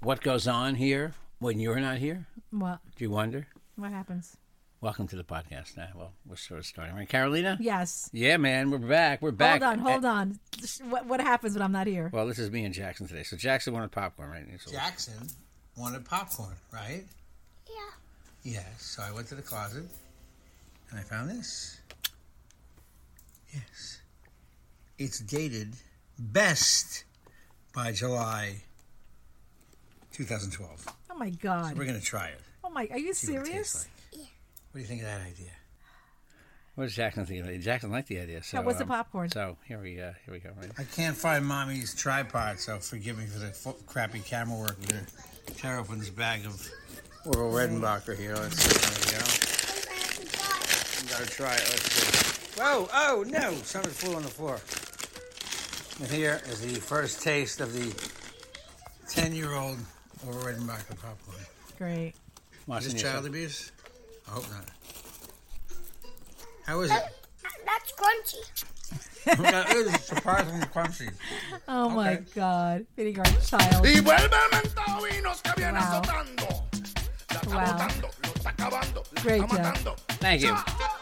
What goes on here when you're not here? What? Do you wonder? What happens? Welcome to the podcast now. Well, we're sort of starting. Right, Carolina? Yes. Yeah, man, we're back. We're back. Hold on, hold Uh, on. What, what happens when I'm not here? Well, this is me and Jackson today. So Jackson wanted popcorn, right? So- Jackson wanted popcorn, right? Yeah. Yes. So I went to the closet and I found this. Yes. It's dated best by July 2012. So Oh my god. we're going to try it. oh my. Are you See what it tastes serious? like. What do you think of that idea? What does Jackson think? of it? Jackson liked the idea. So Yeah, what's the um, popcorn? So here we uh, here we go. Right? I can't find mommy's tripod, so forgive me for the fo- crappy camera work. Here. Tear open this bag of Oral Redenbacher here. Let's see. There we go. We gotta try it. Let's see. Whoa, oh no! Something flew on the floor. And here is the first taste of the 10 year old Oral Redenbacher popcorn. Great. Watch Is this this child yourself. abuse? I hope not. How is it? That's crunchy. it is surprisingly crunchy. Oh my Okay. god. Eating our child. Y vuelve el mentavinos que viene Wow. azotando. La está Wow. botando, lo está acabando, lo Great está job. matando. Thank you.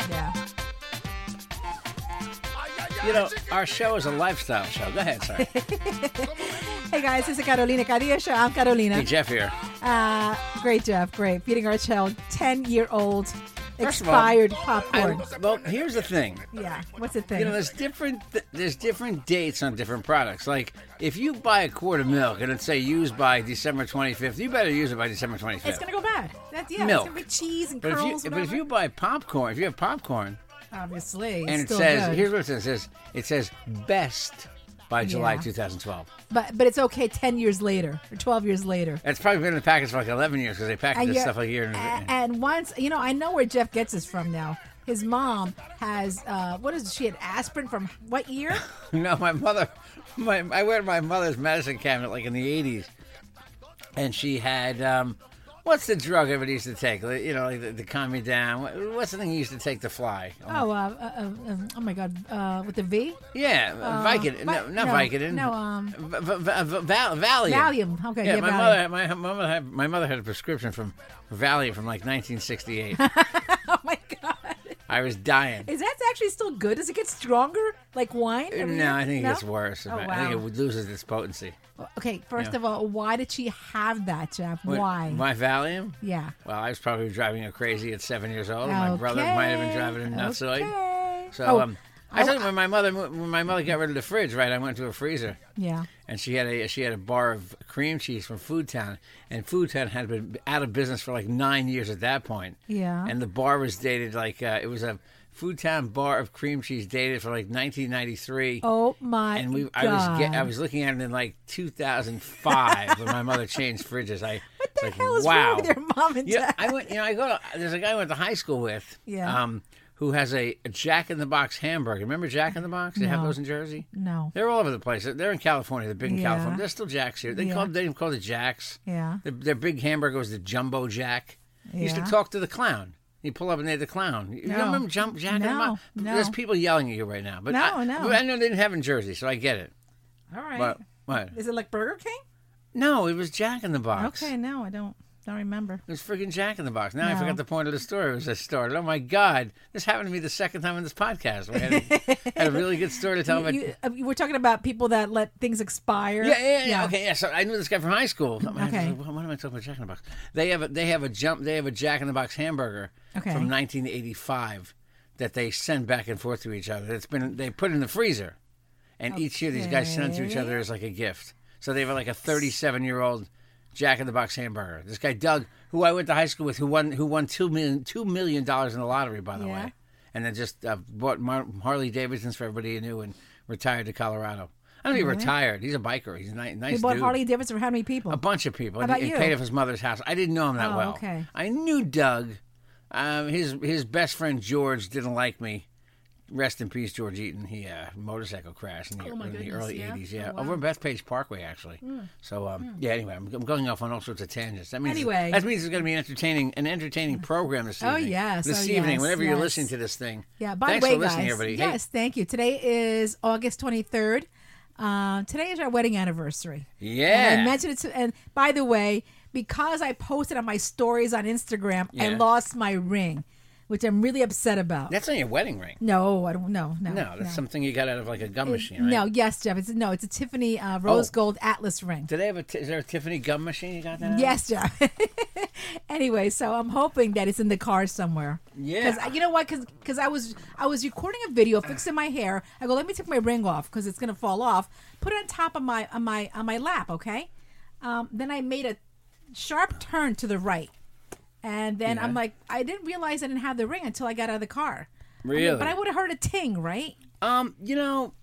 Yeah. Ay, ay, ay, You know, chiquitita. our show is a lifestyle show. Go ahead, sorry. Hey guys, this is Carolina Cadillo. Show. I'm Carolina. hey, Jeff here. Uh, great, Jeff. Great. Feeding our child 10 year old expired popcorn. Well, here's the thing. yeah. What's the thing? You know, there's different there's different dates on different products. Like if you buy a quart of milk and it say used by December 25th, you better use it by December 25th. it's gonna go bad. That's yeah. Milk. It's gonna be cheese and but if you curls. but if you buy popcorn, if you have popcorn obviously, it's and it still says good. here's what it says, it says it says best by July Yeah. 2012. but but it's okay. Ten years later or twelve years later. It's probably been in the package for like 11 years because they package And this you're- stuff like a year. in a- advance. And once you know, I know where Jeff gets this from now. His mom has uh, what is she had aspirin from what year? No, my mother, my I went to my mother's medicine cabinet like in the '80s, and she had um, what's the drug everybody used to take? Like, You know, like the, the calm you down. What- What's the thing you used to take to fly? Oh, uh, uh, uh, um, oh my God, uh, with the V, yeah, Vicodin. No, Vi- not Uh, no, Vicodin. no, um, v- v- uh, v- Val- Valium. Valium. Okay, Yeah, yeah, my Valium. mother, my, my mother, had, my mother had a prescription from Valium from like 1968. Oh my God, I was dying. is that actually still good? Does it get stronger like wine? every year? Uh, No, I think it gets worse. Oh, I think wow. it loses its potency. Okay, first Yeah. of all, why did she have that, Jeff? What- why? My Valium? Yeah. Well, I was probably driving her crazy at seven years old. My brother might have been driving her nuts. So, I, Okay. so Oh, um, I oh, told you when my mother mo- when my mother got rid of the fridge, right? I went to a freezer, yeah. and she had a she had a bar of cream cheese from Food Town, and Food Town had been out of business for like nine years at that point. Yeah. And the bar was dated like uh, it was a Food Town bar of cream cheese dated for like 1993. Oh my And we, God. I was, get, I was looking at it in like 2005 when my mother changed fridges. I What the like, hell is wow. wrong with your mom and You know, dad? I went. You know, I go. To, there's a guy I went to high school with. Yeah. Um, who has a, a Jack in the Box hamburger? Remember Jack in the Box? They have No. those in Jersey. No. They're all over the place. They're in California. They're big in Yeah. California. They're still Jacks here. They Yeah. call they call the Jacks. Yeah. Their, their big hamburger was the Jumbo Jack. You used to Yeah. talk to the clown. You pull up and they're the clown. You No. remember Jump Jack in the No, Box? no. There's people yelling at you right now. But No, I, no. but I know they didn't have it in Jersey, so I get it. all right. But what? Is it like Burger King? No, it was Jack in the Box. Okay, no, I don't. Don't remember. It was freaking Jack in the Box. Now I No. forgot the point of the story as I started. Oh my God, this happened to me the second time in this podcast. We had a, had a really good story to tell about. You, uh, you were talking about people that let things expire. Yeah, yeah, yeah, Okay, yeah. So I knew this guy from high school. Okay. Okay. what am I talking about? Jack in the Box. They have a they have a jump. They have a Jack in the Box hamburger Okay. from 1985 that they send back and forth to each other. It's been they put in the freezer, and each year these guys send it to each other as like a gift. So they have like a 37 year old Jack in the Box hamburger. This guy Doug, who I went to high school with, who won who won two million two million dollars in the lottery, by the Yeah. way, and then just uh, bought Mar- Harley Davidsons for everybody he knew and retired to Colorado. I don't think he retired. He's a biker. He's a ni- nice You bought dude. Uh, Harley Davidson for how many people? A bunch of people. How and about he you? paid off his mother's house. I didn't know him that Oh, well. okay. I knew Doug. Um, his his best friend George didn't like me. Rest in peace, George Eaton. He uh, motorcycle crash in the, Oh, in the early '80s. Yeah, over in Bethpage Parkway, actually. Hmm. So um, yeah. Anyway, I'm, I'm going off on all sorts of tangents. That means Anyway. that means it's going to be entertaining an entertaining program this evening. Oh, yes. this Oh, evening, yes. whenever you're Yes. listening to this thing. Yeah, by Thanks the way, for listening, guys. everybody. Hey, Yes, thank you. Today is August 23rd. Um, today is our wedding anniversary. And Yeah. I mentioned it to, and by the way, because I posted on my stories on Instagram, I Yeah. lost my ring, which I'm really upset about. that's not your wedding ring. no, I don't no, no. No, that's something you got out of like a gum machine. Right? Oh. No, yes, Jeff. It's no, it's a Tiffany uh, rose gold atlas ring. Do they have a? T- is there a Tiffany gum machine you got that? Yes, Jeff. anyway, so I'm hoping that it's in the car somewhere. Yeah. Because you know what? Because I was I was recording a video fixing my hair. I go, let me take my ring off because it's gonna fall off. Put it on top of my on my on my lap, okay? Um, then I made a sharp turn to the right, and then I'm Yeah. like, I didn't realize I didn't have the ring until I got out of the car. I'm like, Really? but I would have heard a ting, right? Um, you know,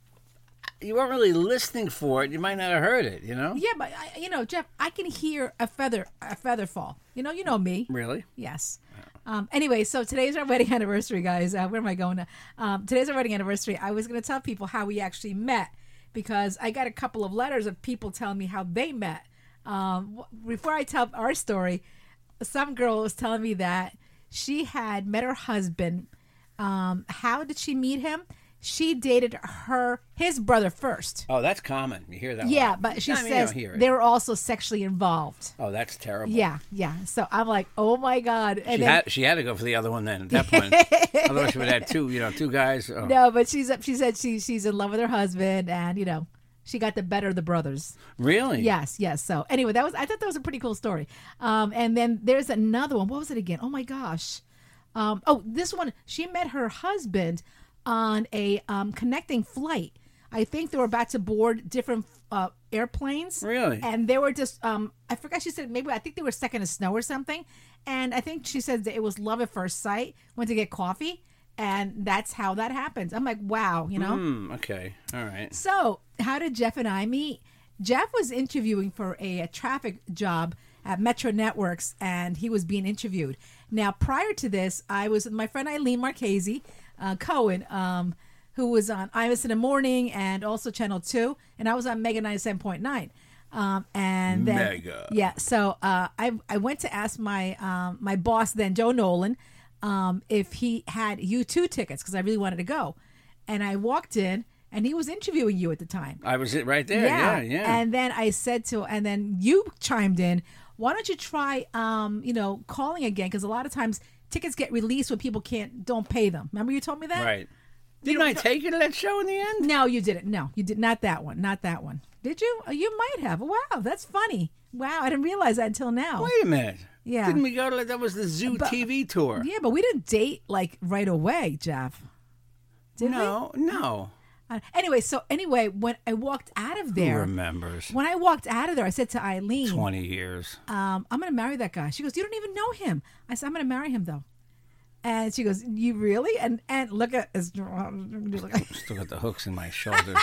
you weren't really listening for it. You might not have heard it. You know. Yeah, but I, you know, Jeff, I can hear a feather a feather fall. You know, you know me. Really? Yes. Um, anyway, so today's our wedding anniversary, guys. Uh, where am I going? To? Um, today's our wedding anniversary. I was going to tell people how we actually met because I got a couple of letters of people telling me how they met. Um, wh- before I tell our story, some girl was telling me that she had met her husband. Um, how did she meet him? She dated her his brother first. Oh, that's common. You hear that? a Yeah, lot. but she I mean, you says don't hear it. they were also sexually involved. Oh, that's terrible. Yeah, yeah. So I'm like, oh my god. And She then- had, she had to go for the other one then at that point. Otherwise, she would have had two, you know, two guys. Oh. no, but she's up. She said she she's in love with her husband, and you know, she got the better of the brothers. Really? Yes, yes. So anyway, that was I thought that was a pretty cool story. Um, and then there's another one. What was it again? Oh my gosh. Um, oh, this one. She met her husband on a um, connecting flight. I think they were about to board different uh, airplanes. Really? And they were just. Um, I forgot. She said maybe I think they were second to snow or something. And I think she said that it was love at first sight. Went to get coffee, and that's how that happens. I'm like, wow, you know. Hmm, okay. All right. So, how did Jeff and I meet? Jeff was interviewing for a, a traffic job at Metro Networks, and he was being interviewed. Now, prior to this, I was with my friend Eileen Marchese uh, Cohen, um, who was on Imus in the Morning and also Channel Two, and I was on Mega ninety seven point nine. Um, and then, Mega. yeah, so uh, I I went to ask my um, my boss then Joe Nolan um, if he had U two tickets because I really wanted to go, and I walked in and he was interviewing you at the time. I was it right there. Yeah, yeah. And then I said to, and then you chimed in. Why don't you try, um, you know, calling again? Because a lot of times tickets get released when people can't don't pay them. Remember you told me that. right. Didn't I take you to that show in the end? No, you didn't. No, you did not that one. Not that one. Did you? Oh, You might have. Wow, that's funny. Wow, I didn't realize that until now. Wait a minute. Yeah. Didn't we go to that? That was the Zoo TV tour. Yeah, but we didn't date like right away, Jeff. Did no, no. we? Uh, anyway, so anyway, when I walked out of Who there, remembers? when I walked out of there, I said to Eileen, 20 years. um, I'm going to marry that guy. She goes, you don't even know him. I said, I'm going to marry him though. And she goes, you really? And and look at Still got the hooks in my shoulders.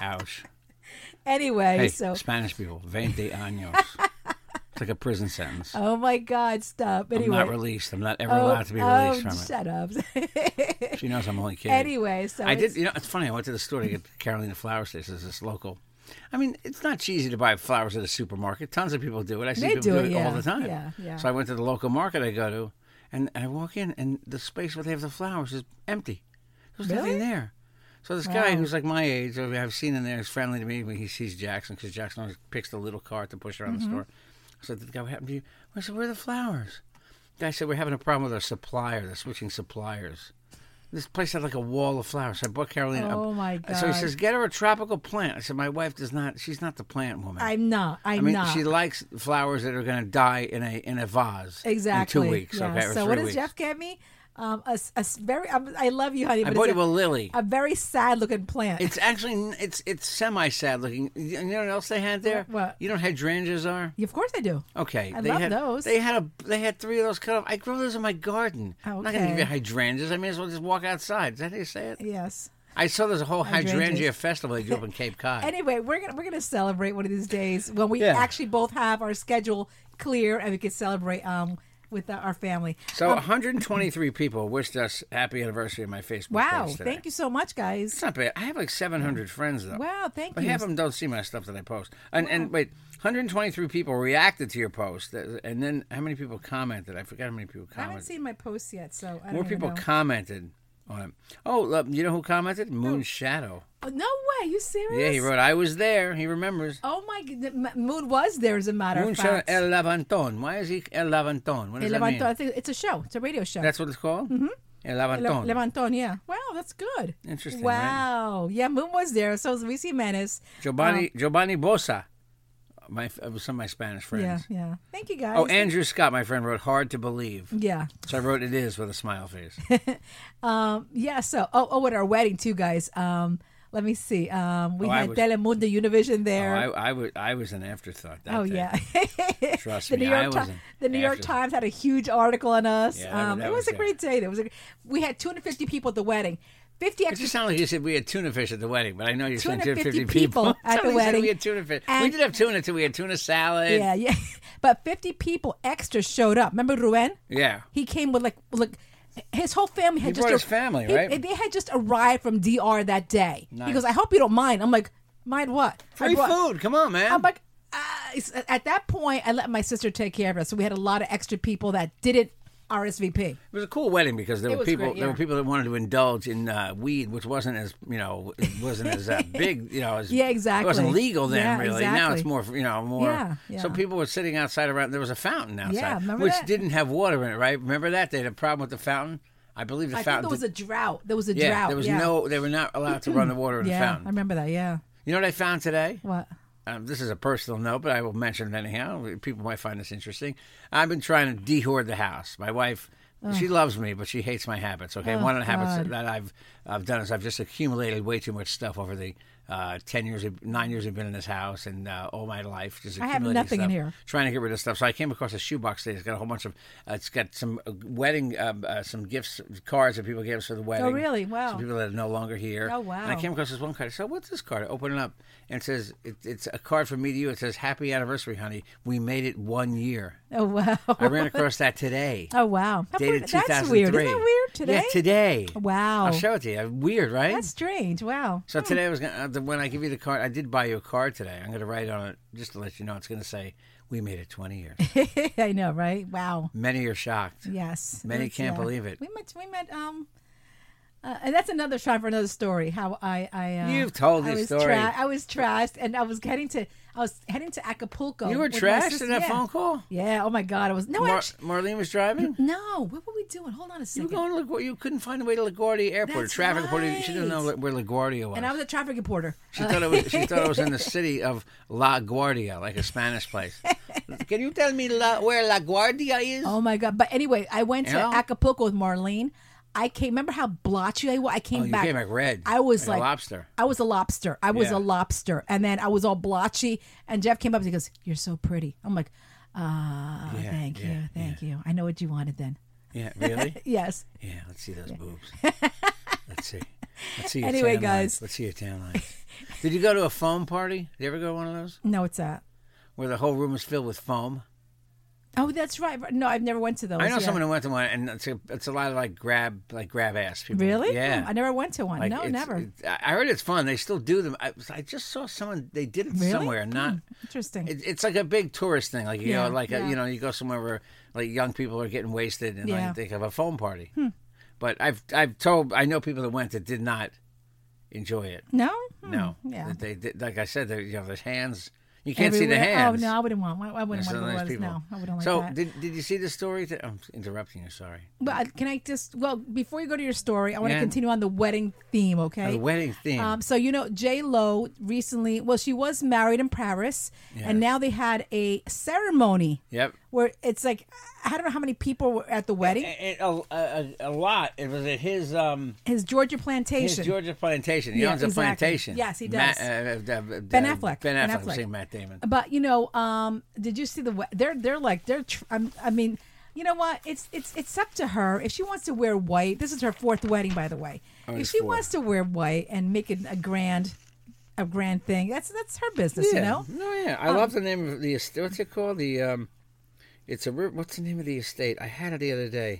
Ouch. anyway. Hey, so Spanish people, 20 años. It's like a prison sentence. oh my God, stop. Anyway, I'm not released. I'm not ever oh, allowed to be oh, released from it. shut up. She knows I'm only kidding. anyway, so I did. it's- You know, it's funny. I went to the store to get Carolina flower sticks. There's this local. I mean, it's not cheesy to buy flowers at a supermarket. Tons of people do it. I see They people do do it, it all yeah, the time. yeah, yeah. So I went to the local market I go to, and I walk in, and the space where they have the flowers is empty. There's nothing there. So this guy who's like my age, Mm-hmm. who I've seen in there, is friendly to me when he sees Jackson because Jackson always picks the little cart to push around the store. I said, to the guy, what happened to you? I said, where are the flowers? The guy said, we're having a problem with our supplier. They're switching suppliers. This place had like a wall of flowers. So I bought Caroline. a- Oh, my So he God. says, get her a tropical plant. I said, my wife does not. She's not the plant woman. I'm not. I'm I mean, not. she likes flowers that are going to die in a in a vase exactly. in two weeks. Yeah. Okay, or so three what does weeks. Jeff get me? Um, a, s- a s- very. I'm, I love you, honey. I But bought it's you a a, lily. a very sad looking plant. It's actually n- it's it's semi sad looking. You know what else they had there? What? You know what hydrangeas are? of course I do. Okay, I they love had, those. They had a they had three of those cut off. I grow those in my garden. I'm not gonna give Okay. you hydrangeas. I may as well just walk outside. Is that how you say it? Yes. I saw there's a whole hydrangea Hydrangeas. festival they do up in Cape Cod. Anyway, we're gonna we're gonna celebrate one of these days when we Yeah. actually both have our schedule clear and we can celebrate um with uh, our family. so 123 people wished us happy anniversary on my Facebook Wow! page today. Thank you so much, guys. It's not bad. I have like 700 friends though. Wow! Thank But you. half of them don't see my stuff that I post. And and wait, 123 people reacted to your post, uh, and then how many people commented? I forgot how many people I haven't commented. seen my posts yet, so I don't More even people know. commented on it. Oh, uh, you know who commented? Moon Shadow. Oh, no way! You serious? Yeah, he wrote, "I was there." He remembers. Oh my! g- the M- Moon was there as a matter Moon of Shadow fact. El Levantón. Why is he El Levantón? What does El that Levantón. I mean? think it's a show. It's a radio show. That's what it's called. Mm-hmm. El Le- Levantón. Levantón. Yeah. Wow, that's good. Interesting, right? Wow. Yeah, Moon was there. So was Luis Jimenez. Giovanni Giovanni Bosa. My uh, some of my Spanish Oh. Yeah, friends. yeah. Thank you guys. Oh, Andrew Scott, my friend, wrote "Hard to Believe." yeah. So I wrote it is with a smile face. Yeah, so oh oh at our wedding too, guys. Um let me see. Um we Oh, I had was- Oh, Telemundo Univision there. I, I, was, I was an afterthought. That Oh day. yeah, Trust the me, New I York was Ti- an the New York actress. Times had a huge article on us. Yeah, that- um, that it was, was a good. great day. There was a, we had 250 people at the wedding. 50 It extra just sounded like you said we had tuna fish at the wedding, but I know you're saying 250 250 people, people at the Somebody said wedding. We had tuna fish. we And- did have tuna too. We had tuna salad. yeah, yeah, but 50 people extra showed up. Remember Ruben? Yeah. he came with like look. His whole family had He just brought his family, he- right? They had just arrived from DR that day. He goes, "I hope you don't mind." I'm like, "Mind what? I Free brought- food. Come on, man. I'm like, ah, it's- at that point, I let my sister take care of us. So we had a lot of extra people that didn't RSVP. it was a cool wedding because there It were was people. great, There were yeah. people that wanted to indulge in uh, weed, which wasn't as you know, it wasn't as uh, big. You know, as, Yeah, It wasn't exactly. legal then, Yeah, really. Now it's exactly. more, you know, more. Yeah, yeah. So people were sitting outside around. There was a fountain outside, remember which that? didn't have water in it, right? Remember that they had a problem with the fountain. I believe the I think fountain. there was a drought. There was a yeah, drought. there was yeah. no. They were not allowed to run the water in Yeah, the fountain. I remember that. Yeah. You know what I found today? What? Um, this is a personal note, but I will mention it anyhow. People might find this interesting. I've been trying to dehoard the house. My wife, she loves me, but she hates my habits. Okay, Oh, one of the habits that I've I've done is I've just accumulated way too much stuff over the uh, ten years, nine years I've been in this house, and uh, all my life just I have accumulating nothing in stuff, here. Trying to get rid of stuff. So I came across a shoebox today. It's got a whole bunch of. Uh, it's got some uh, wedding, um, uh, some gifts, cards that people gave us for the wedding. Oh, really? Some Wow. people that are no longer here. Oh, And I wow. came across this one card. I said, "What's this card?" I open it up, and it says, it, "It's a card from me to you." It says, "Happy anniversary, honey. We made it one year." Oh wow. I ran across that today. oh wow. How Dated weird- 2003. That's weird. Isn't that weird today? Oh, Yeah, today. Wow. I'll show it to you. Weird, right? That's strange. Wow. so today I was gonna, uh, the- when I give you the card, I did buy you a card today. I'm gonna write on it just to let you know. It's gonna say, "We made it 20 years." I know, right? Wow. Many are shocked. Yes. Many It's, can't yeah. believe it. We met. We met. Um. Uh, and that's another shot for another story. How I, I uh, You've told I this was story. tra- I was trashed, and I was heading to, I was heading to Acapulco. You were with my trashed sister- in that yeah. phone call. Yeah. Oh my God. I was no. Mar- actually, Marlene was driving. no. What were we doing? Hold on a You second. were going to LaGuardia. You couldn't find the way to LaGuardia Airport. That's traffic reporter. She didn't know right. where LaGuardia was. and I was a traffic reporter. She thought it was. She thought it was in the city of La Guardia, like a Spanish place. Can you tell me la, where La Guardia is? Oh my god! But anyway, I went to Yeah. Acapulco with Marlene. I came. Remember how blotchy I was? I came Oh, you back. came back red, I was like like, a lobster. I was a lobster. I was Yeah. a lobster, and then I was all blotchy. And Jeff came up and he goes, "You're so pretty." I'm like, "Ah, Yeah, thank yeah, you, thank you. I know what you wanted then." yeah, really? Yes. Yeah. Let's see those boobs. Let's see. Let's see. Your Anyway, tan lines. guys. Let's see your tan lines. Did you go to a foam party? Did you ever go to one of those No, it's that. where the whole room was filled with foam? Oh, that's right. No, I've never went to those. I know Oh, yeah. someone who went to one, and it's a, it's a lot of like grab like grab ass people. Really? Yeah. No, I never went to one. Like, Uh, no, it's- never. it- I I heard it's fun. They still do them. I, I just saw someone they did it Really? somewhere. Not. Hmm, interesting. It, it's like a big tourist thing. Like you Yeah, know, like a, yeah. you know, you go somewhere where like young people are getting wasted, and Yeah. Hmm. like, they have a phone party. But I've I've told I know people that went that did not enjoy it. no. Hmm, No, Yeah. That they, did like I said, they, you know, there's hands. You can't see the everywhere. hands. Oh no, I wouldn't want. I wouldn't There's want so the nice letters. people. No, I wouldn't like so that. did did you see the story? That, I'm interrupting you. Sorry. But uh, can I just well before you go to your story, I want to Yeah. continue on the wedding theme, okay? The wedding theme. Um, so you know, J Lo recently, well, she was married in Paris, and now they had a ceremony. Yep. Where it's like I don't know how many people were at the wedding. It- it- a, a, a lot. It was at his um His Georgia his plantation. Georgia plantation. He Yeah, owns a exactly. plantation. Yes, he Matt- does. uh, uh, uh, Ben uh, Affleck. Ben Ben Affleck. I'm Affleck. Uh, saying Matt Damon. But you know, um, did you see the? we- They're they're like they're. Tr- I'm, I mean, you know what? It's it's it's up to her if she wants to wear white. This is her fourth wedding, by the way. if Oh, it's she four. wants to wear white and make it a grand, a grand thing, that's that's her business. You know. Um, No, yeah. I love the name of the estate. What's it called? The um, it's a ri- what's the name of the estate? I had it the other day.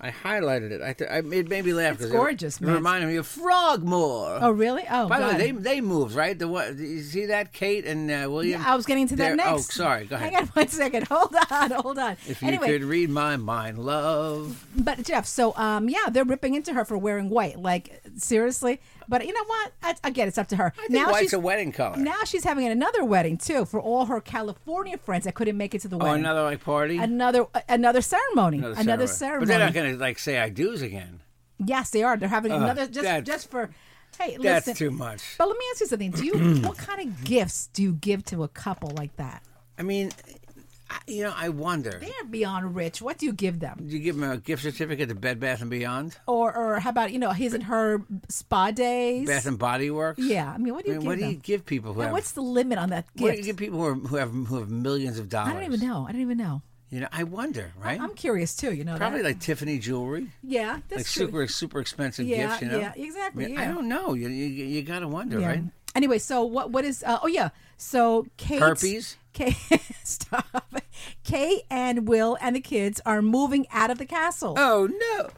I highlighted it. I, th- I it made me laugh. It's 'cause gorgeous, It, it Matt. reminded me of Frogmore. Oh really? Oh, By the way, God. they they moved right. The what? You see that Kate and uh, William? I was getting to that They're- next. Oh, sorry. Go Hang on ahead. one second. Hold on. Hold on. If you anyway, could read my mind, love. but Jeff, so um, yeah, they're ripping into her for wearing white. Like seriously. But you know what? I, again, it's up to her. I think now white's she's a wedding color. Now she's having another wedding too for all her California friends that couldn't make it to the oh, wedding. another like party. another uh, another ceremony. Another, ceremony. But they're not gonna like say I do's again. yes, they are. They're having another just that's- just for. Hey, That's listen. too much. But let me ask you something. Do you what kind of gifts do you give to a couple like that? I mean, I, you know, I wonder. They are beyond rich. What do you give them? Did you give him a gift certificate to Bed Bath and Beyond, Or or how about you know his and her spa days? Bath and Body Works? yeah, I mean, what do I you mean, give what do them? you give people who And have? what's the limit on that what do you gift? give people who, are, who have who have millions of dollars? I don't even know. I don't even know. You know, I wonder, right? I'm curious too. You know, that. Probably like Tiffany jewelry, yeah, that's like true. super super expensive Yeah, gifts. You know, yeah, exactly, I, mean, I yeah. don't know. You you, you gotta wonder, Yeah. right? Anyway, so what? What is? Uh, oh yeah. So Kate. Herpes? Kate, stop. Kate and Will and the kids are moving out of the castle. Oh no!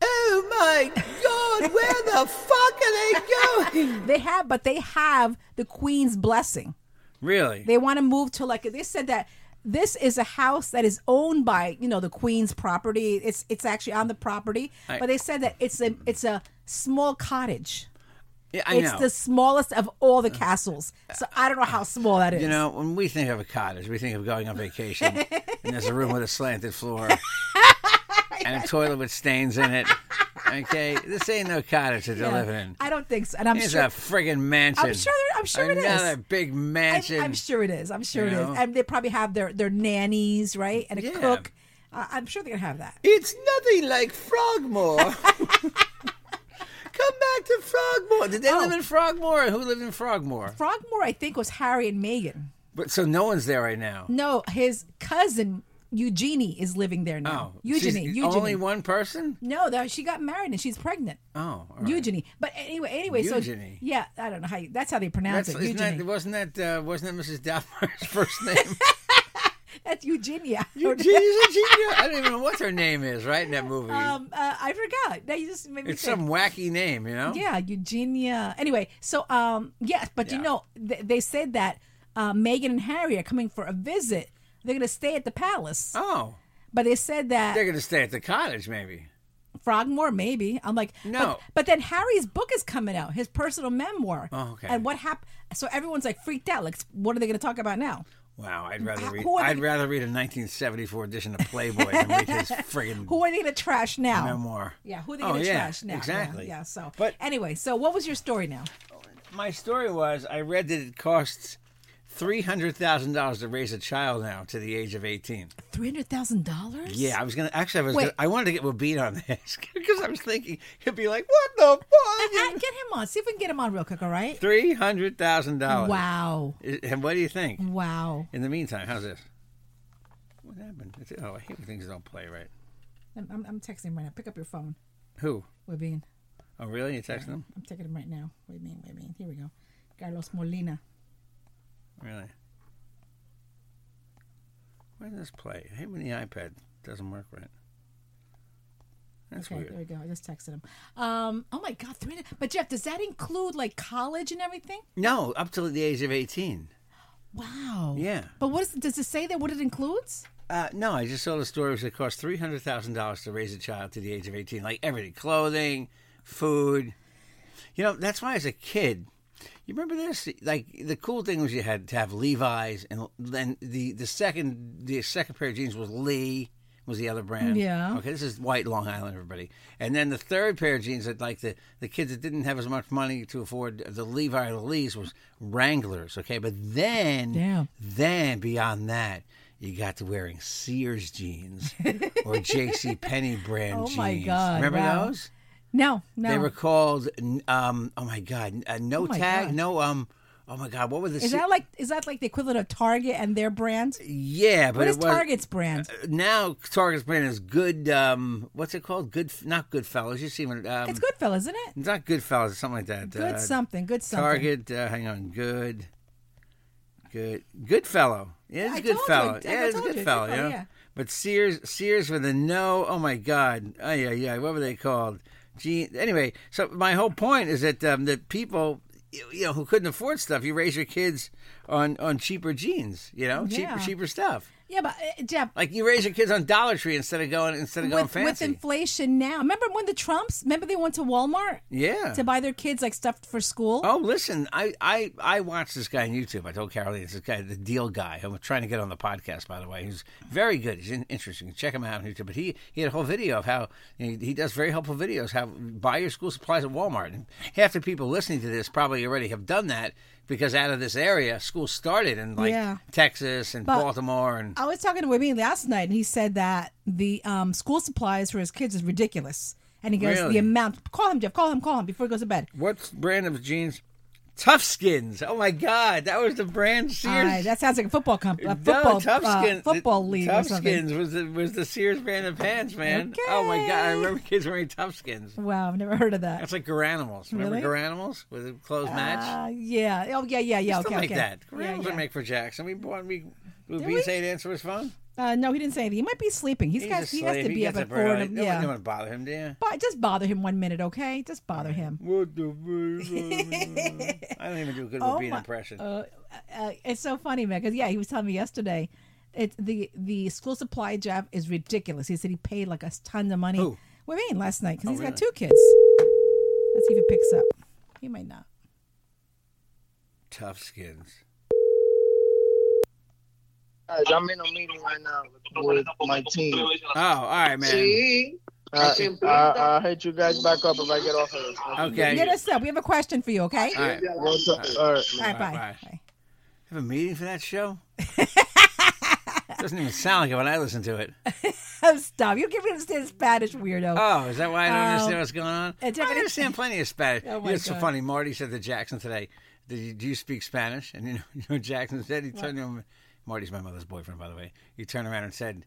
Oh my God! Where the fuck are they going? They have, but they have the queen's blessing. Really? They want to move to like they said that this is a house that is owned by you know the queen's property. It's it's actually on the property, I- but they said that it's a it's a small cottage. yeah, I It's know. Uh, the smallest of all the castles. So I don't know how small that is. You know, when we think of a cottage, we think of going on vacation, and there's a room with a slanted floor and a toilet with stains in it. Okay, this ain't no cottage that they're Yeah. living in. I don't think so. And I'm It's sure a friggin' mansion. I'm sure there- I'm sure it Another is. big I'm, mansion. I'm sure it is. I'm sure it know? is. And they probably have their their nannies, right, and a Yeah. cook. Uh, I'm sure they're gonna have that. It's nothing like Frogmore. Come back to Frogmore. Did they live Oh. in Frogmore? Who lived in Frogmore? Frogmore, I think, was Harry and Meghan. But so no one's there right now. No, his cousin Eugenie is living there now. Oh, she's Eugenie, Eugenie. Only one person. no, though she got married and she's pregnant. Oh, all right. Eugenie. But anyway, anyway, Eugenie. so yeah, I don't know how you, that's how they pronounce That's, it. isn't Eugenie. that, wasn't that uh, wasn't that Mrs. Doubtfire's first name? that's Eugenia. Eugenia, Eugenia. I don't even know what her name is, right? In that movie, Um, uh, I forgot. That you just made me it's think. some wacky name, you know. Yeah, Eugenia. Anyway, so um, yes, but Yeah. you know, th- they said that uh, Megan and Harry are coming for a visit. They're gonna stay at the palace, Oh, but they said that they're gonna stay at the cottage, maybe. Frogmore maybe. I'm like, but- No. But, then Harry's book is coming out, his personal memoir. Oh, okay. And what happened? So everyone's like freaked out. Like, what are they gonna talk about now? Wow, I'd rather Who read. are they- I'd rather read a 1974 edition of Playboy than read his friggin' Who are they gonna trash now? memoir. Yeah, who are they Oh, gonna yeah, trash now? Yeah, Exactly. Yeah, So, But- but anyway, so what was your story now? My story was I read that it costs three hundred thousand dollars to raise a child now to the age of 18. Three hundred thousand dollars? Yeah, I was gonna. Actually, I was. Wait. Gonna, I wanted to get Wabid on this because I was thinking he'd be like, "What the fuck?" Get him on. See if we can get him on real quick. All right. Three hundred thousand dollars. Wow. And what do you think? Wow. In the meantime, how's this? What happened? It's, oh, I hate when things don't play right. I'm, I'm, I'm texting him right now. Pick up your phone. Who? We're being. Oh, really? You texting them? I'm taking him right now. What do you mean? What do you mean? Here we go. Carlos Molina. Really? Why doesn't this play? I hate when the iPad doesn't work right. That's Okay, there weird. we go. I just texted him. Um. Oh my God. Three. But Jeff, does that include like college and everything? No, up till the age of 18. Wow. Yeah. But what is, does it say there? What it includes? Uh, no, I just saw the story was it cost three hundred thousand dollars to raise a child to the age of eighteen, like everything, clothing, food. You know, that's why as a kid, You remember this? Like the cool thing was you had to have Levi's, and then the the second the second pair of jeans was Lee was the other brand. Yeah. Okay, this is white Long Island, everybody. And then the third pair of jeans that like the the kids that didn't have as much money to afford the Levi or the Lees was Wranglers. Okay, but then Damn. then beyond that. You got to wearing Sears jeans or J.C. Penney brand Oh jeans. my God, Remember wow. those? No, no. They were called, um, oh my God, uh, no my tag, God. no, um, oh my God, what were the? is se- that like is that like the equivalent of Target and their brand? yeah, but What it is was, Uh, Target's brand? now? Target's brand is good. Um, what's it called? Good, not Goodfellas. You see what? Um, It's Goodfellas, isn't it? It's not Goodfellas. It's something like that. Good uh, something. Good something. Target. Uh, hang on. Good. Good. Good fellow. Yeah, it's I a good told fellow. you. I Yeah, it's a told you, Oh, good fellow. Yeah. But Sears, Sears with a no. Oh my God. Oh yeah, yeah. What were they called? Gee. Anyway, so my whole point is that um, that people, you you know, who couldn't afford stuff, you raise your kids on on cheaper jeans. You know, Yeah. cheaper cheaper stuff. Yeah, but uh, Jeff, Like you raise your kids on Dollar Tree instead of going instead of going with, with fancy. inflation now, remember when the Trumps? Remember they went to Walmart yeah. to buy their kids like stuff for school. Oh, listen, I, I, I watched this guy on YouTube. I told Caroline, it's this guy, the deal guy, who I'm trying to get on the podcast, by the way. He's very good. He's in, interesting. Check him out on YouTube. But he, he had a whole video of how you know, he does very helpful videos, how buy your school supplies at Walmart. And half the people listening to this probably already have done that because out of this area, school started in like Yeah. Texas and But- Baltimore. And I was talking to Webby last night, and he said that the um, school supplies for his kids is ridiculous. And he goes, Really? the amount. Call him, Jeff. Call him. Call him before he goes to bed. what brand of jeans? Tough Skins. Oh my God, that was the brand Sears. Uh, that sounds like a football company, a No, football, Tough uh, Skins- football league Tough or something. Skins was the, was the Sears brand of pants, man. Oh my god, I remember kids wearing Tough Skins. Wow, I've never heard of that. That's like Garanimals. Remember Really? Garanimals with a closed match? Uh, yeah. Oh, yeah, yeah, yeah. Something Okay, like okay. that. Yeah, Garanimals yeah. are make for Jackson. We bought we. Would we? B say to answer his phone? Uh, no, he didn't say anything. He might be sleeping. He's got. He's He has asleep. to be up gets at early. four. in the- No one- Yeah. no one bother him, do you? But just bother him one minute, okay? Just bother him. What the? I don't even do a good oh my- impression. Uh, uh, it's so funny, man. Because yeah, he was telling me yesterday, it the the school supply job is ridiculous. He said he paid like a ton of money. Who? Oh, What do you mean last night? Because he's really? got two kids. Let's see if it picks up. He might not. Tough Skins. Guys, I'm in a meeting right now with my team. Oh, all right, man. See? Uh, I, I'll hit you guys back up if I get off of this. Okay. Get us up. We have a question for you, okay? All right. What's up? All right. All right, bye. Bye. Bye. Have a meeting for that show? Doesn't even sound like it when I listen to it. Oh, stop. You're giving us this Spanish weirdo. Oh, is that why I don't understand Um, what's going on? I it's evident- understand plenty of Spanish. Oh, You know, my it's so God. funny. Marty said to Jackson today, "Do you, do you speak Spanish?" And you know, you know what Jackson said he turned to him. Marty's my mother's boyfriend, by the way. He turned around and said,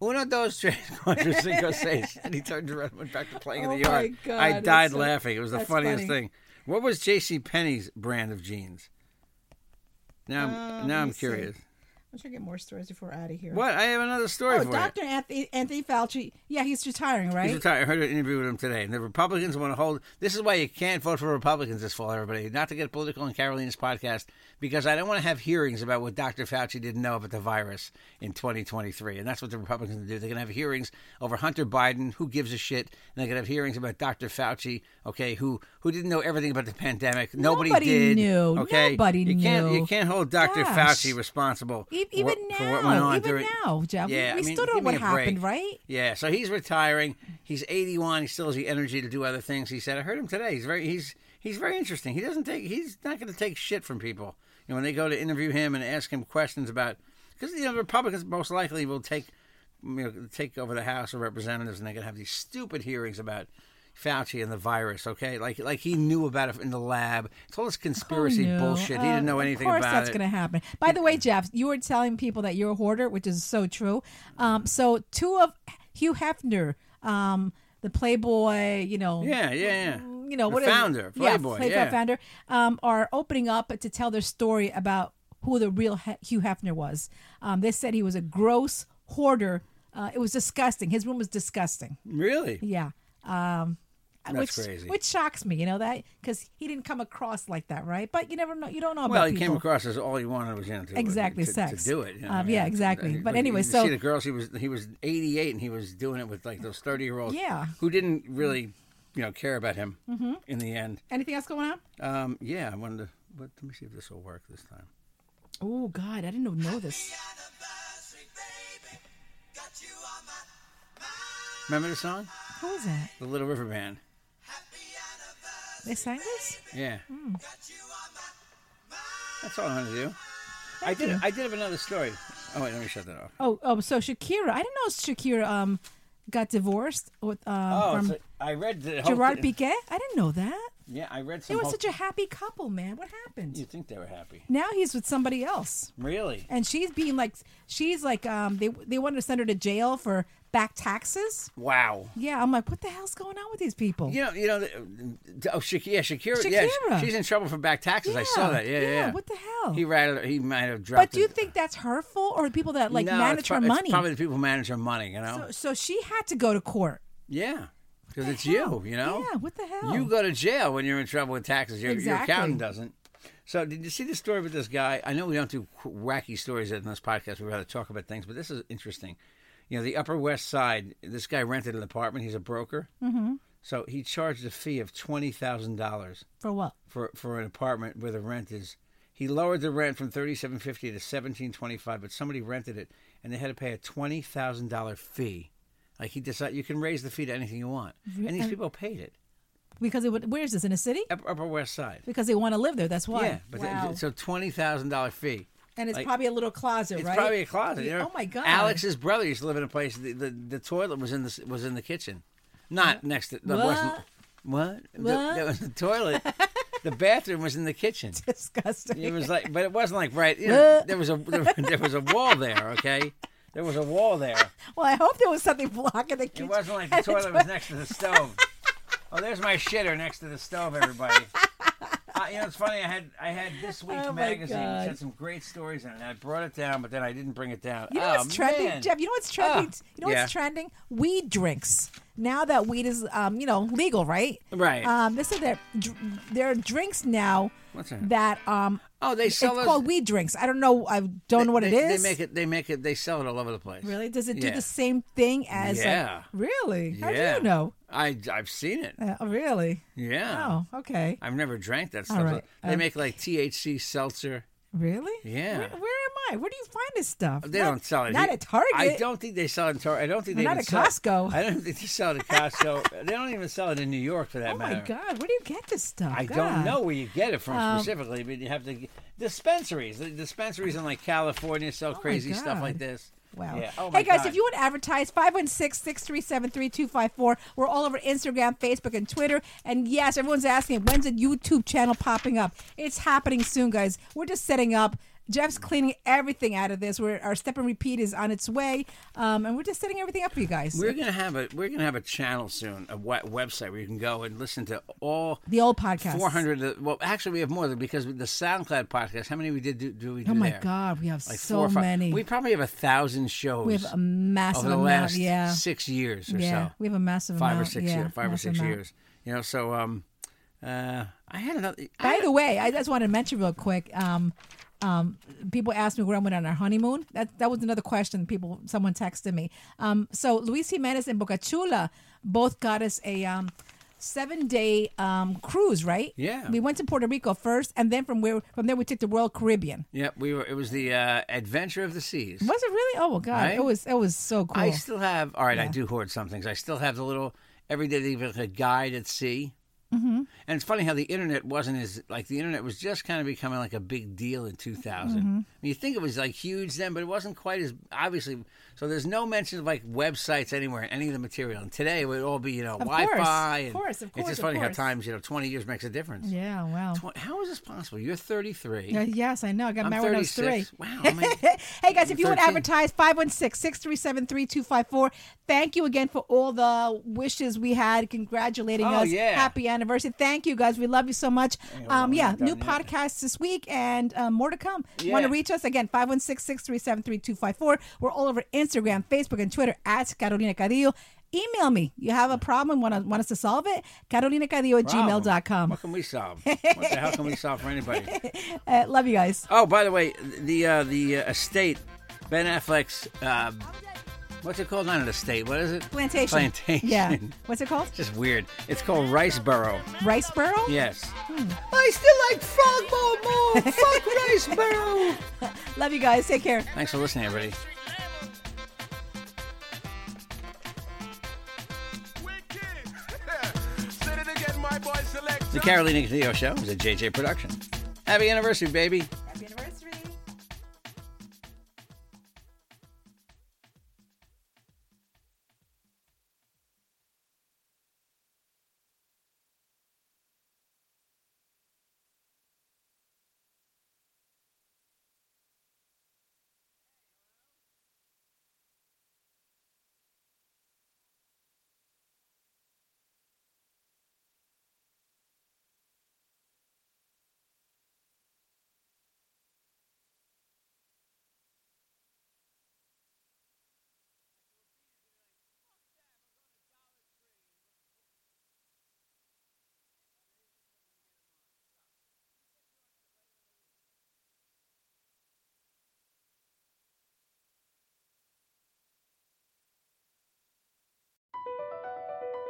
"Uno, dos, tres, cuatro, cinco, seis." And he turned around and went back to playing Oh, in the my yard. God, I that's died so- laughing. It was the that's funniest funny. thing. What was J.C. Penney's brand of jeans? Now, I'm now Um, let I'm me see. curious. I'm sure I get more stories before we're out of here. What? I have another story Oh, for you. Dr. Anthony, Anthony Fauci. Yeah, he's retiring, right? He's retired. I heard an interview with him today, and the Republicans want to hold. This is why you can't vote for Republicans this fall, everybody. Not to get political on Carolina's podcast, because I don't want to have hearings about what Dr. Fauci didn't know about the virus in 2023, and that's what the Republicans do. They're going to have hearings over Hunter Biden, who gives a shit, and they're going to have hearings about Dr. Fauci, okay, who who didn't know everything about the pandemic. Nobody, Nobody did. knew. Okay, Nobody you Can't, knew. you can't hold Dr. Gosh. Fauci responsible E- for- even for what went now, on even during- now, Jeff, we- Yeah, we, I mean, still don't know give me what a break. happened, right? Yeah, so he's retiring. He's 81. He still has the energy to do other things. He said, "I heard him today. He's very he's he's very interesting. He doesn't take he's not going to take shit from people. You know, when they go to interview him and ask him questions about because you know the Republicans most likely will take you know, take over the House of Representatives and they're going to have these stupid hearings about." Fauci and the virus, okay? Like, like he knew about it in the lab. It's all this conspiracy No, bullshit. He uh, didn't know anything Of course, about that's it. going to happen. By the way, Jeff, you were telling people that you're a hoarder, which is so true. Um, so two of Hugh Hefner, um, the Playboy, you know, Mm, yeah, yeah, yeah. you know, The what is it? founder, yeah, Playboy, Playboy yeah. founder, um, are opening up to tell their story about who the real he- Hugh Hefner was. Um, they said he was a gross hoarder. Uh, it was disgusting. His room was disgusting. Really? Yeah. Um, That's which, crazy. Which shocks me, you know that because he didn't come across like that, right? But you never know. You don't know Well, about he people. came across as all he wanted was you know, to Exactly, to, sex. to do it. you know, Um, yeah, and- exactly. and- But you anyway, see so- the girls he was he was 88 and he was doing it with like those 30 year olds. Yeah. Mm-hmm. who didn't really you know, care about him in the end. Anything else going on? Um, yeah, I wanted to. But let me see if this will work this time. Oh God, I didn't even know this. Remember the song, Who is that? The Little River Band? They sang this? Yeah. Mm. That's all I wanted to do. I did. I did have another story. Oh wait, let me shut that off. Oh, oh, so Shakira. I didn't know Shakira um got divorced with um Oh, from so I read the whole Gerard thing- Piqué. I didn't know that. Yeah, I read They some. were whole- such a happy couple, man. What happened? You think they were happy? Now he's with somebody else. Really? And she's being like she's like um they they wanted to send her to jail for back taxes. Wow. Yeah, I'm like, what the hell's going on with these people? You know, you know. the- Oh, Shakira. Yeah, Shakira. Yeah, Shakira. she's in trouble for back taxes. I saw that. Yeah, yeah. What the hell? He rattled. He might have dropped. but do you it. think that's hurtful or the people that like No, it's manage pro- her it's money? probably the people who manage her money. You know. so, so she had to go to court. yeah. Because it's hell? you. You know. Yeah, what the hell? You go to jail when you're in trouble with taxes. Your, Exactly. your accountant doesn't. So, did you see the story with this guy? I know we don't do qu- wacky stories in this podcast. We rather talk about things, but this is interesting. You know, the Upper West Side. This guy rented an apartment. He's a broker, mm-hmm. so he charged a fee of twenty thousand dollars for what? for for an apartment where the rent is. He lowered the rent from thirty seven fifty to seventeen twenty five, but somebody rented it and they had to pay a twenty thousand dollar fee. Like he decided, you can raise the fee to anything you want, and these people paid it. Because it would, where is this in a city? Upper, Upper West Side. Because they want to live there. That's why. Yeah, but wow. the, so twenty thousand dollar fee. and it's like- probably a little closet, It's right? probably a closet. Yeah, you know? Oh my god, Alex's brother used to live in a place. The, the, the toilet was in the s- was in the kitchen, not next to the What? wasn't- What? The- What? The, the toilet. the bathroom was in the kitchen. disgusting. It was like, but it wasn't like right. You know, What? there was a there, there was a wall there. Okay, there was a wall there. well, I hope there was something blocking the kitchen. It wasn't like the toilet was next to the stove. Oh, there's my shitter next to the stove, everybody. Uh, you know, it's funny. I had I had this week Oh, my magazine which God. had some great stories in it. And I brought it down, but then I didn't bring it down. You know oh, what's trending, man. Jeff? You know what's trending? Ah, you know yeah. what's trending? Weed drinks. Now that weed is, um, you know, legal, right? Right. Um, this is their dr- there are drinks now What's that? that um, Oh, they it's sell those- called weed drinks. I don't know. I don't know what They- it is. They make it. They make it. They sell it all over the place. Really? Does it do Yeah. the same thing as? like- Yeah. really? How Yeah. do you know? I I've seen it. Uh, really? Yeah. Oh, okay. I've never drank that stuff. right, They um, make like THC seltzer. Really? Yeah. Where, where am I? Where do you find this stuff? They Not- don't sell it. Not here. at Target. I don't think they sell it in Target. I don't think they Not even at sell Costco. It. I don't think they sell it at Costco. they don't even sell it in New York for that Oh matter. my God! Where do you get this stuff? I God. Um, don't know where you get it from specifically, but you have to g- dispensaries. The dispensaries in like California sell crazy stuff Oh God. like this. Wow. Yeah. Oh my hey guys, God. if you want to advertise, 516-637-3254. We're all over Instagram, Facebook, and Twitter. And yes, everyone's asking, when's the YouTube channel popping up? It's happening soon, guys. We're just setting up. Jeff's cleaning everything out of this. We're, our step and repeat is on its way, um, and we're just setting everything up for you guys. we're gonna have a we're gonna have a channel soon, a we- website where you can go and listen to all the old podcast. four hundred. Well, actually, we have more than because the SoundCloud podcast. How many we did do, do we do Oh my there? God, we have Like so four or five. many. We probably have a thousand shows. We have a massive over the amount. last yeah, six years or yeah, so. we have a massive five amount. or six yeah, year, five or massive six amount. years. You know, so um, uh, I had another. I By had- the way, I just wanted to mention real quick. Um, um, people asked me where I went on our honeymoon. That that was another question. People, someone texted me. Um, so Luis Jimenez and Boca Chula both got us a um, seven day um, cruise, right? Yeah. We went to Puerto Rico first, and then from where from there we took the Royal Caribbean. yeah, we were. It was the uh, Adventure of the Seas. Was it really? Oh my God! Right? It was it was so cool. I still have. All right, I do hoard some things. I still have the little every day they give like a guide at sea. Mm-hmm. And it's funny how the internet wasn't as like the internet was just kind of becoming like a big deal in 2000. Mm-hmm. I mean, you think it was like huge then, but it wasn't quite as obviously. So there's no mention of like websites anywhere in any of the material. And today it would all be you know course, Wi-Fi. of and course, of It's course, just of funny course. how times you know 20 years makes a difference. yeah. Wow. Tw- How is this possible? You're 33. Yeah, yes, I know. I got I'm married when I was 36. three. Wow. I mean, hey guys, if you want to 13. advertise, 516-637-3254. Thank you again for all the wishes we had congratulating Oh, us. yeah. Happy anniversary. Thank you guys. We love you so much. Um, yeah, new podcast this week and um, more to come. Yeah. Want to reach us again, 516-637-3254. We're all over Instagram, Facebook, and Twitter at Carolina Cadillo. Email me. You have a problem, want, to, want us to solve it? CarolinaCadillo at Mm. problem. gmail.com. What can we solve? What the hell can we solve for anybody? Uh, love you guys. Oh, by the way, the uh, the uh, estate, Ben Affleck's uh, What's it called? Not an estate. What is it? Plantation. Plantation. Yeah. What's it called? Just weird. It's called Riceboro. Rice burrow? Yes. Hmm. I still like frog more more. Fuck Riceboro. Love you guys. Take care. Thanks for listening, everybody. Wicked. Say it again, my boy. Select. The Carolina Castillo Show is a JJ production. Happy anniversary, baby. Happy anniversary.